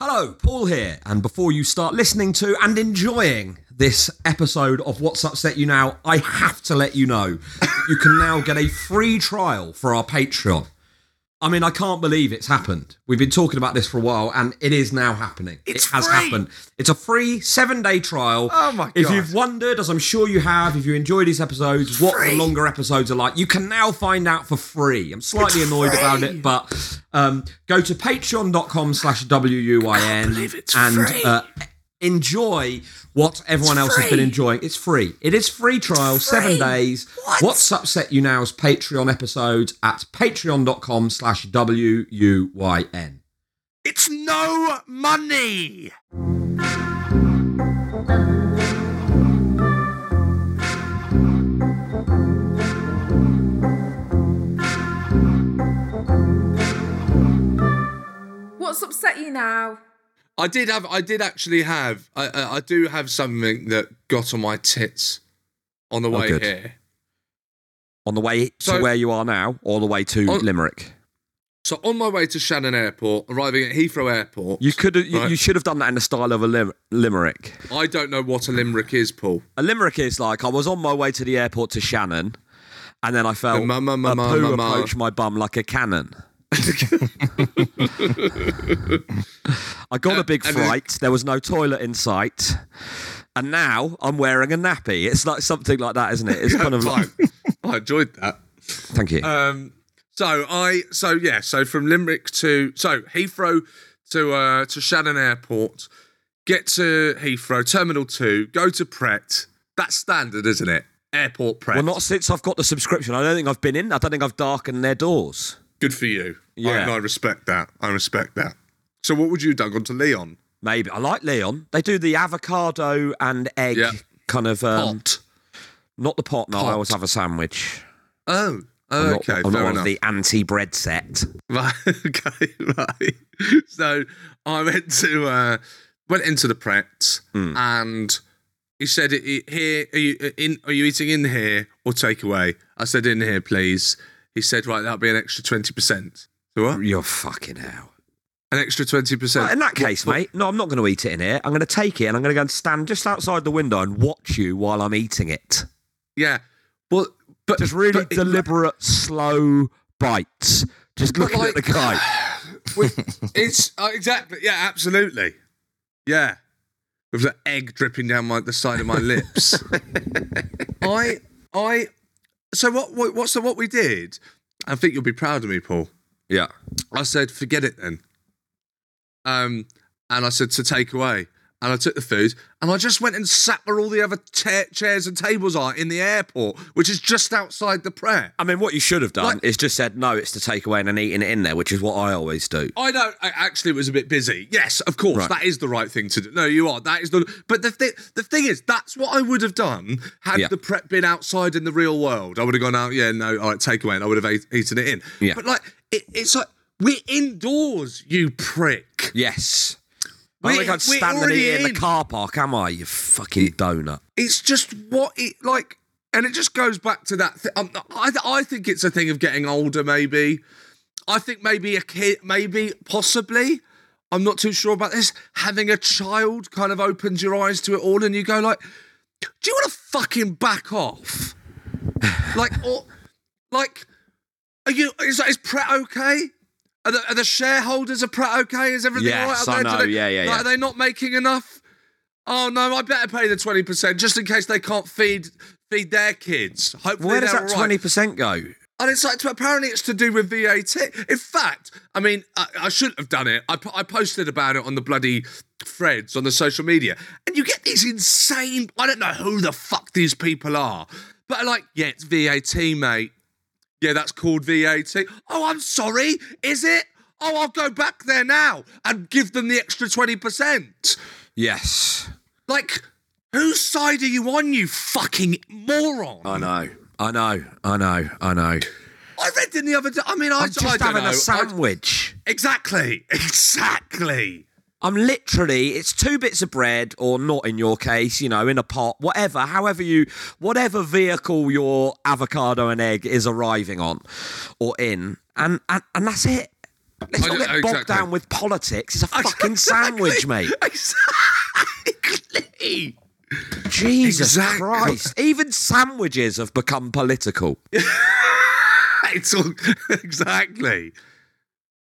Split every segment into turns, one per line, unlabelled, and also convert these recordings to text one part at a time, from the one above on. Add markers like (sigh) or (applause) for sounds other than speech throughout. Hello, Paul here. And before you start listening to and enjoying this episode of What's Upset You Now, I have to let you know you can now get a free trial for our Patreon. I mean, I can't believe it's happened. We've been talking about this for a while, and it is now happening.
It's
it has
free.
happened. It's a free seven day trial.
Oh my
If
God.
you've wondered, as I'm sure you have, if you enjoy these episodes, what the
free.
longer episodes are like, you can now find out for free. I'm slightly
It's
annoyed about
free.
it, but um, go to patreon.com slash
believe
WUIN
it's
and
free.
uh, enjoy what everyone else has been
free.
enjoying. It's free. It is free trial, seven
free.
days.
What?
What's Upset You Now's Patreon episodes at patreon.com slash W-U-Y-N.
It's no money.
What's upset you now?
I did have, I did actually have, I, I, I do have something that got on my tits on the way
Oh, good.
here.
On the way to
So-
where you are now, all the way to
On-
Limerick.
So on my way to Shannon Airport, arriving at Heathrow Airport,
You could you,
Right.
you should have done that in the style of a lim- limerick.
I don't know what a limerick is, Paul.
A limerick is like I was on my way to the airport to Shannon, and then I felt
Ma- ma- ma-
a
ma-
poo
ma- ma.
approach my bum like a cannon. I got a big
and then-
fright. There was no toilet in sight, and now I'm wearing a nappy. It's like something like that, isn't it?
(laughs)
It's kind of like
Fine. I enjoyed that.
thank you.
Um, so I, so yeah, so from Limerick to so Heathrow to uh, to Shannon Airport, get to Heathrow Terminal Two, go to Pret. That's standard, isn't it? Airport Pret.
well, not since I've got the subscription. I don't think I've been in. I don't think I've darkened their doors.
Good for you.
Yeah.
I, and I respect that. I respect that. So what would you have done? Gone to Leon?
Maybe I like Leon. They do the avocado and egg
Yeah.
kind of um,
Pot.
Not the pot. No, I
Pot.
always have a sandwich.
Oh.
I'm
okay,
not, I'm
fair
not
enough.
of the anti-bread set.
(laughs) Right, okay, (laughs) right. So I went to uh went into the Pret
Hmm.
and he said, "I- "Here, are you uh, in? Are you eating in here or takeaway?" I said, "In here, please." He said, "Right, that'll be an extra twenty percent." So what?
You're fucking hell.
An extra twenty
Right, Uh, in
percent?
that case, mate, no, I'm not going to eat it in here. I'm going to take it and I'm going to go and stand just outside the window and watch you while I'm eating it.
Yeah. Well, but
Just really
but it-
deliberate, slow bites. Just looking at
like-
the guy.
it's uh, exactly yeah, absolutely, yeah. With the egg dripping down my the side of my lips. I I so what, what what's the what we did? I think you'll be proud of me, Paul.
(sighs) Yeah.
I said, forget it then. Um, and I said to take away, and I took the food, and I just went and sat where all the other ta- chairs and tables are in the airport, which is just outside the prayer.
I mean, what you should have done
Like-
is just said, no, it's to take away and then eating it in there, which is what I always do.
I know. I actually it was a bit busy. Yes, of course,
Right.
that is the right thing to do. No, you are. That is the. But the thing, the thing is, that's what I would have done had
Yeah.
the prep been outside in the real world. I would have gone out. Yeah, no, all right, take away, and I would have ate, eaten it in.
Yeah.
But like, it, it's like we're indoors, you prick.
Yes. I
We're-
think I'd
we're
stand and
already
eat it in the
in.
car park, am I, you fucking donut?
It's just what it like, and it just goes back to that. Th- um, I I think it's a thing of getting older, maybe. I think maybe a kid, maybe possibly. I'm not too sure about this. Having a child kind of opens your eyes to it all, and you go like, "Do you want to fucking back off?" (sighs) like, or like, are you? Is, is Pret okay? Are the, are the shareholders of Pret okay? Is everything all
Yes,
right?
I
out there?
know.
Do They,
Yeah, yeah,
like,
yeah.
Are they not making enough? Oh no, I better pay the twenty percent just in case they can't feed feed their kids. Hopefully,
Where does
they're
that
all right.
20% go?
And it's like, apparently, it's to do with VAT. In fact, I mean, I, I shouldn't have done it. I, po- I posted about it on the bloody threads on the social media. And you get these insane, I don't know who the fuck these people are, but like, yeah, it's VAT, mate. Yeah, that's called VAT. Oh, I'm sorry. Is it? Oh, I'll go back there now and give them the extra 20%.
Yes.
Like, whose side are you on, you fucking moron?
I know. I know. I know. I know.
I read in the other day. I mean, I,
I'm just
I don't
having
know.
a
I-
sandwich.
Exactly. (laughs) Exactly.
I'm literally, it's two bits of bread, or not in your case, you know, in a pot, whatever, however you, whatever vehicle your avocado and egg is arriving on or in. And, and, and that's it. Let's
I
not
don't-
get bogged
exactly.
down with politics. It's a fucking sandwich, mate.
Exactly.
Jesus
Exactly.
Christ. Even sandwiches have become political.
(laughs) It's all exactly.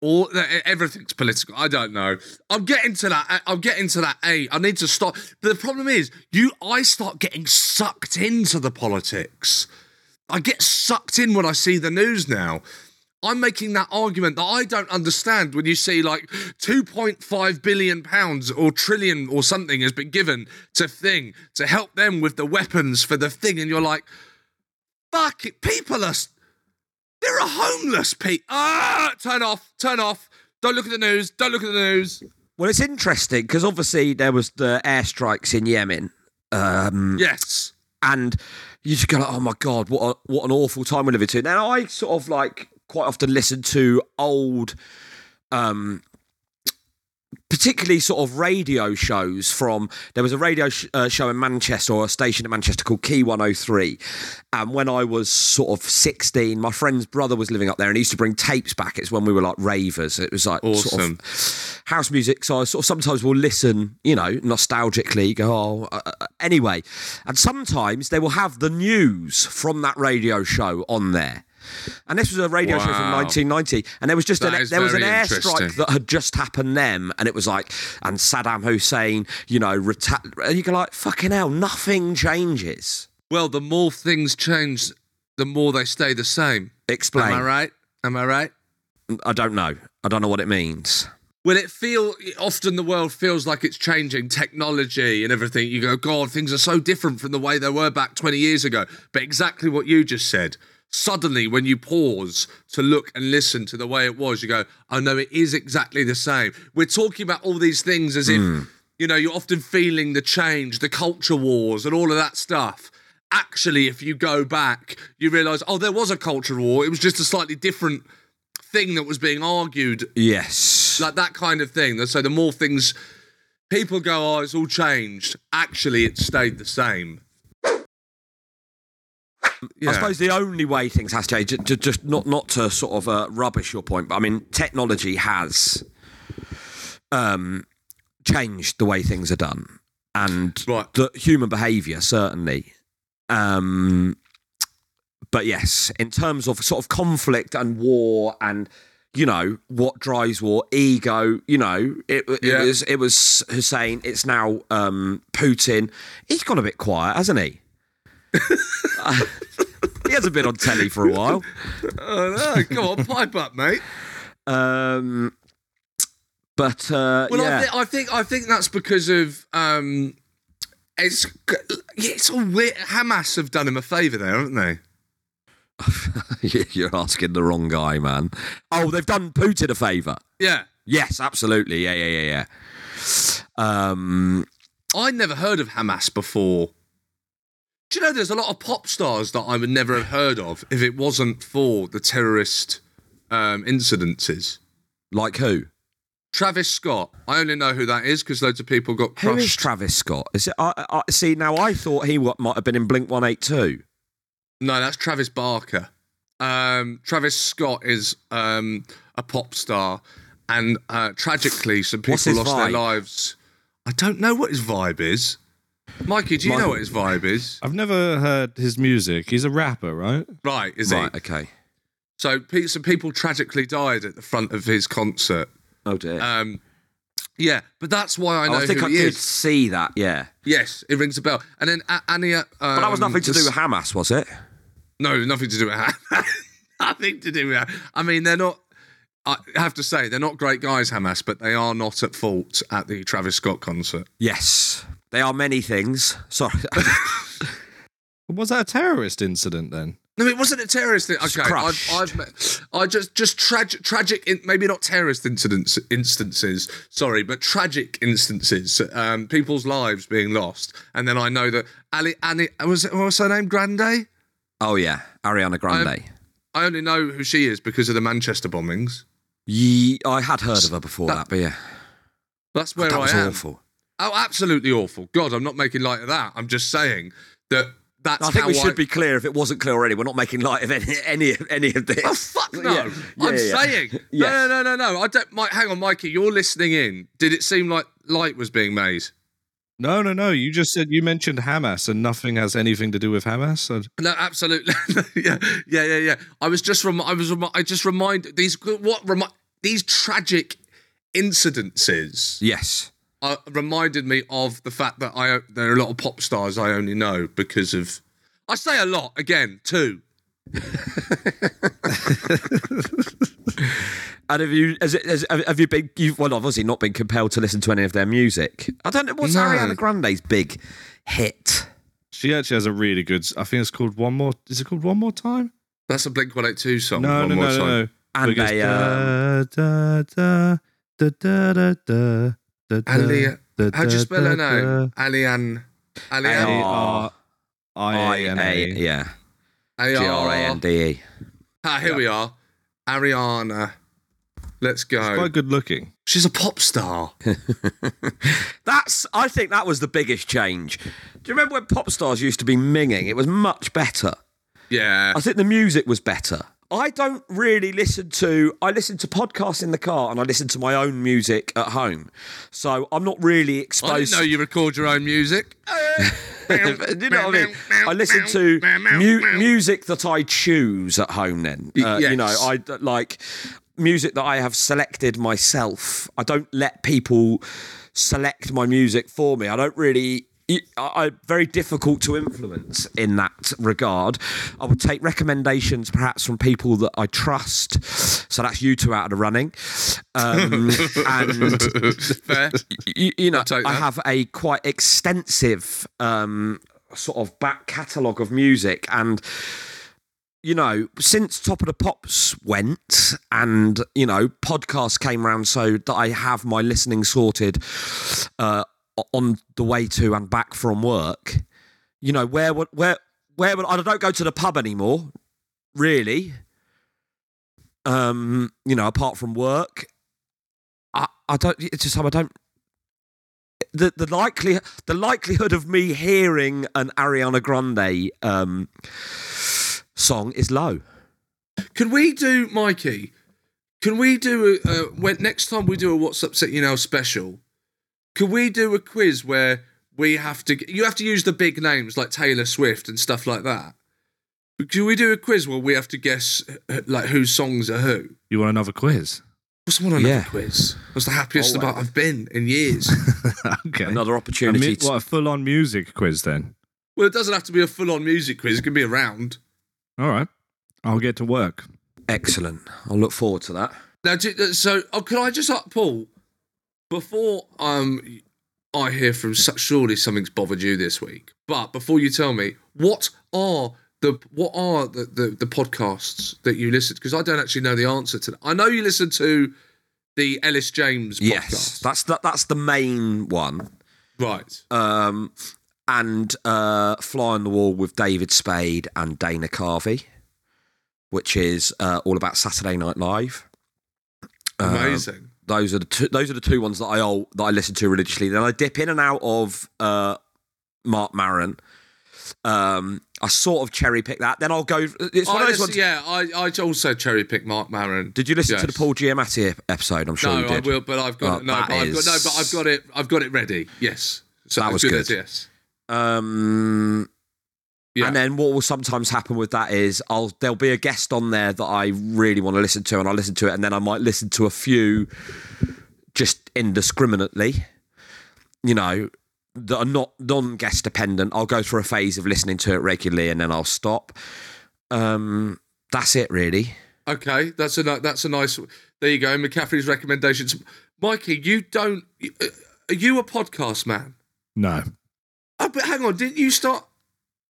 All e- everything's political. I don't know. I'm getting to that. e, I'm getting to that. A. I need to stop. But the problem is, you. I start getting sucked into the politics. I get sucked in when I see the news now. I'm making that argument that I don't understand when you see like 2.5 billion pounds or trillion or something has been given to Thing to help them with the weapons for the Thing, and you're like, fuck it, people are. s- There are homeless people. Ah, turn off, turn off. Don't look at the news. Don't look at the news.
Well, it's interesting because obviously there was the airstrikes in Yemen. Um,
Yes.
and you just go like, oh my god, what a, what an awful time we're living to. Now I sort of like quite often listen to old, um, particularly sort of radio shows from. There was a radio sh- uh, show in Manchester or a station in Manchester called Key One Hundred Three, and when I was sort of sixteen, my friend's brother was living up there and he used to bring tapes back. It's when we were like ravers. It was like Sort of,
Awesome.
house music. So I sort of sometimes will listen, you know, nostalgically, go, oh, uh, uh, uh," anyway. And sometimes they will have the news from that radio show on there. And this was a radio show from
Wow.
1990, and there was just
That
an,
is
there was an
very
airstrike
interesting.
that had just happened them, and it was like, and Saddam Hussein, you know, reta- and you go like, fucking hell, nothing changes.
Well, the more things change, the more they stay the same.
Explain.
Am I right? Am I right?
I don't know. I don't know what it means.
Well, it feel often the world feels like it's changing technology and everything. You go, God, things are so different from the way they were back 20 years ago. But exactly what you just said. Suddenly, when you pause to look and listen to the way it was, you go, Oh no, it is exactly the same. We're talking about all these things as if, you know, you're often feeling the change, the culture wars, and all of that stuff actually, if you go back, you realise, oh, there was a culture war. It was just a slightly different thing that was being argued,
Yes.
like that kind of thing. So the more things people go, oh, it's all changed. Actually, it stayed the same. Yeah.
I
(laughs)
suppose the only way things has changed, ju- ju- just not not to sort of uh, rubbish your point, but I mean, technology has um, changed the way things are done and
Right.
the human behaviour certainly. Um, but yes, in terms of sort of conflict and war and you know what drives war, ego. You know, it, it
Yeah.
was it was Hussein. It's now um, Putin. He's gone a bit quiet, hasn't he? (laughs) he hasn't been on telly for a while.
Oh, no, go on, pipe up, mate.
Um, but uh,
Well,
yeah, (laughs)
I, th- I think I think that's because of um, it's it's all weird. Hamas have done him a favour there, haven't they?
you're asking the wrong guy, man. Oh, they've done Putin a favour.
Yeah,
Yes, absolutely. Yeah, yeah, yeah, yeah. Um,
I never heard of Hamas before. Do you know there's a lot of pop stars that I would never have heard of if it wasn't for the terrorist um, incidences?
like who?
Travis Scott. I only know who that is because loads of people got
Who is
crushed.
Travis Scott? Is it? I, I see. Now I thought he wa- might have been in Blink One Eight Two.
no, that's Travis Barker. Um, Travis Scott is um, a pop star, and uh, tragically, some
What's
people
his
lost their
vibe?
lives. I don't know what his vibe is. Mikey, do you
Michael-
know what his vibe is?
I've never heard his music. He's a rapper, right?
Right, is
Right.
he?
Okay.
So, pe- some people tragically died at the front of his concert.
Oh dear.
Um, yeah, but that's why I
Oh,
know
I think
who
I
he
did
is.
see that. Yeah.
Yes, it rings a bell. And then A- Ania. Um,
But that was nothing to do with Hamas, was it?
No, nothing to do with Hamas. (laughs) nothing to do with. Hamas. I mean, they're not. I have to say, they're not great guys, Hamas, but they are not at fault at the Travis Scott concert.
Yes. They are many things. Sorry. (laughs)
Was that a terrorist incident then?
No, it wasn't a terrorist. Thing. Okay, I've,
crushed.
I've, met- I just, just tragic, tragic, in, maybe not terrorist incidents, instances. Sorry, but tragic instances, um, people's lives being lost, and then I know that Ali, Ali, was it, what was her name? Grande.
oh yeah, Ariana Grande.
I only know who she is because of the Manchester bombings.
Ye- I had heard of her before that, but yeah,
That's where
Oh, that
Oh, I
was
am.
awful.
Oh, absolutely awful. God, I'm not making light of that. I'm just saying that that's
I think
how
we should
I-
be clear if it wasn't clear already. We're not making light of any any, any of this.
Oh fuck (laughs) no!
(laughs) Yeah, yeah,
I'm
yeah. (laughs)
saying
Yeah.
no, no, no, no, no. I don't. Mike, hang on, Mikey. You're listening in. Did it seem like light was being made?
No, no, no. You just said you mentioned Hamas, and nothing has anything to do with Hamas. And
No, absolutely. (laughs) yeah, yeah, yeah, yeah. I was just rem- I was remi- I just reminded these what remi- these tragic incidences
Yes.
uh, reminded me of the fact that I there are a lot of pop stars I only know because of I say a lot again too.
And have you has it, has, have have you been you've well obviously not been compelled to listen to any of their music? I don't know what's
No.
Ariana Grande's big hit.
she actually has a really good. I think it's called One More. Is it called One More Time?
That's a Blink One Eight Two song.
No,
Oh, one
no,
more
no, no,
time. um,
no.
And
Because
they,
da, da, da, da, da, da, da, da, da,
Ali,
da,
how do you
da,
spell her
da,
name? Alian, Alian,
da. A-R-I-A-N-A.
I-A- yeah.
A
G R A N
R.
D E.
Ah, here we are. Ariana. Let's
She's
go.
Quite good looking.
She's a
(laughs)
pop star.
That's I think that was the biggest change. Do you remember when pop stars used to be minging? It was much better.
Yeah.
I think the music was better. I don't really listen to. I listen to podcasts in the car, and I listen to my own music at home. So I'm not really exposed.
I didn't know you record your
(laughs)
own music.
you know what I mean? I listen to mu- music that I choose at home. Then
Y-
Uh, you know,
yes.
I d- like music that I have selected myself. I don't let people select my music for me. I don't really. I, I very difficult to influence in that regard. I would take recommendations perhaps from people that I trust. So that's you two out of the running. Um, and
Fair.
you, you know,
take
I
that.
have a quite extensive um, sort of back catalogue of music, and you know, since Top of the Pops went, and you know, podcasts came round, so that I have my listening sorted uh, o- on the way to and back from work. You know, where would where where would I don't go to the pub anymore, really. Um, you know, apart from work, I, I don't. It's just how I don't. The the likely the likelihood of me hearing an Ariana Grande um, song is low.
Can we do, Mikey? Can we do a, a when next time we do a What's Upset You Now special? Can we do a quiz where we have to? You have to use the big names like Taylor Swift and stuff like that. Can we do a quiz where we have to guess uh, like whose songs are who?
You want another quiz? (laughs)
What's one another
Yeah.
quiz? That's the happiest about I've been in
(laughs)
years.
okay.
Another
A
opportunity.
mu-
to,
what a full-on music quiz then.
well, it doesn't have to be a full-on music quiz. It can be a round.
All right. I'll get to work.
Excellent. I'll look forward to that.
Now, do, uh, so oh, can I just up Paul before um I hear from su- surely something's bothered you this week, but before you tell me what are the what are the the, the podcasts that you listen to? Because I don't actually know the answer to that. I know you listen to the Ellis James podcast,
Yes, that's that, that's the main one.
right?
Um, and uh, Fly on the Wall with David Spade and Dana Carvey, which is uh, all about Saturday Night Live. Uh,
Amazing.
those are the two, those are the two ones that I all, that I listen to religiously. Then I dip in and out of uh, Mark Maron. Um, I sort of cherry pick that. Then I'll go. It's one
I
of those
listen-
ones.
yeah, I, I also cherry pick Mark Maron.
Did you listen to
Yes.
the Paul Giamatti ep- episode? I'm sure
No,
you
I
did.
will, but I've got
Oh,
no,
that
but I've got no,
is-
but I've got it. I've got it ready. Yes, so
That
as
was
as
good.
yes.
Um,
Yeah.
And then what will sometimes happen with that is I'll there'll be a guest on there that I really want to listen to, and I listen to it, and then I might listen to a few just indiscriminately, you know, that are not non-guest dependent. I'll go through a phase of listening to it regularly, and then I'll stop. Um, that's it, really.
Okay, that's a ni- that's a nice. There you go, McCaffrey's recommendations. Mikey, you don't. you- uh, Are you a podcast man?
No.
Oh, but hang on, didn't you start?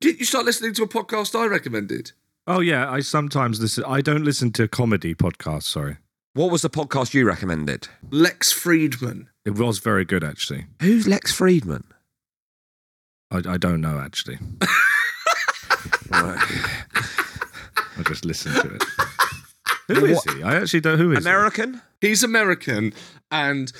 Didn't you start listening to a podcast I recommended?
Oh yeah, I sometimes listen. I don't listen to comedy podcasts. Sorry,
What was the podcast you recommended?
Lex Friedman.
it was very good actually.
Who's Lex Friedman?
I, I don't know actually. I just listened to it. Who is he? I actually don't. Who is he?
American?
He's American, and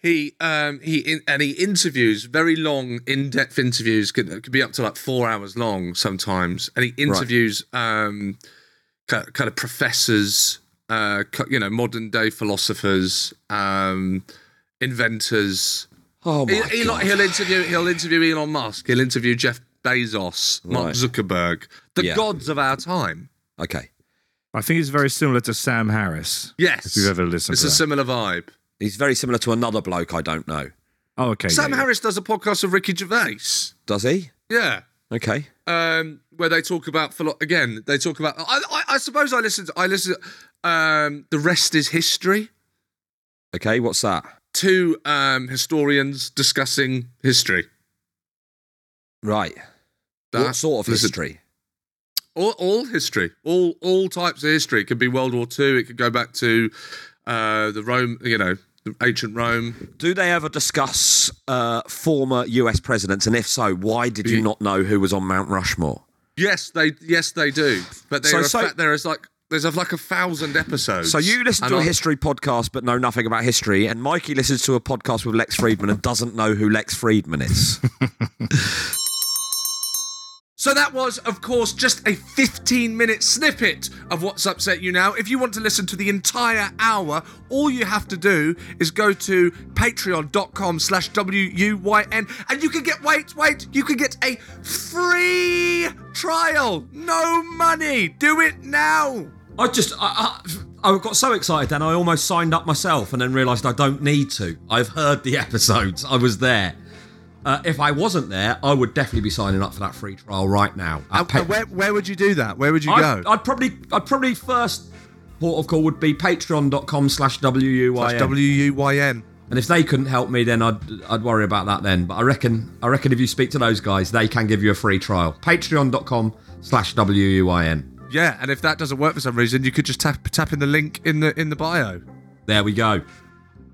he um he in, and he interviews very long in-depth interviews could, could be up to like four hours long sometimes and he interviews um ki- kind of professors uh ki- you know modern day philosophers um inventors
Oh my
he,
god!
will interview he'll interview elon musk he'll interview jeff bezos mark
Right.
zuckerberg the
Yeah.
gods of our time
Okay,
I think it's very similar to Sam Harris.
yes
If you've ever listened
it's
to
a
that.
similar vibe
he's very similar to another bloke I don't know.
oh, okay.
sam
yeah, yeah.
harris does a podcast with ricky gervais
Does he?
yeah
Okay.
um, where they talk about philo- again. They talk about. I, I, I suppose I listen. To, I listen. To, um, the rest is history.
Okay. What's that?
Two um, historians discussing history.
Right. what
That-
sort of
listen,
history?
All, all history. All all types of history. It could be World War Two. It could go back to uh, the Rome. You know, the ancient Rome.
Do they ever discuss uh, former U.S. presidents, and if so, why did you not know who was on Mount Rushmore?
Yes, they yes they do. But
So-
there are
so-
fa- there is like there's like a thousand episodes.
So you listen
And
to a
I-
history podcast but know nothing about history, and Mikey listens to a podcast with Lex Friedman and doesn't know who Lex Friedman is.
So that was, of course, just a 15 minute snippet of What's Upset You Now. If you want to listen to the entire hour, all you have to do is go to patreon.com slash W-U-Y-N and you can get, wait, wait, you can get a free trial. No money. Do it now.
(laughs) I just, I, I, I got so excited and I almost signed up myself and then realised I don't need to. I've heard the (laughs) episodes, I was there. Uh, if I wasn't there, I would definitely be signing up for that free trial right now. At
And where, where would you do that? Where would you
I'd,
go?
I'd probably, I'd probably first port of call would be patreon.com slash WUYN.
W-U-Y-N.
And if they couldn't help me, then I'd, I'd worry about that then. But I reckon, I reckon if you speak to those guys, they can give you a free trial. Patreon.com slash WUYN.
Yeah, and if that doesn't work for some reason, you could just tap tap in the link in the in the bio.
There we go.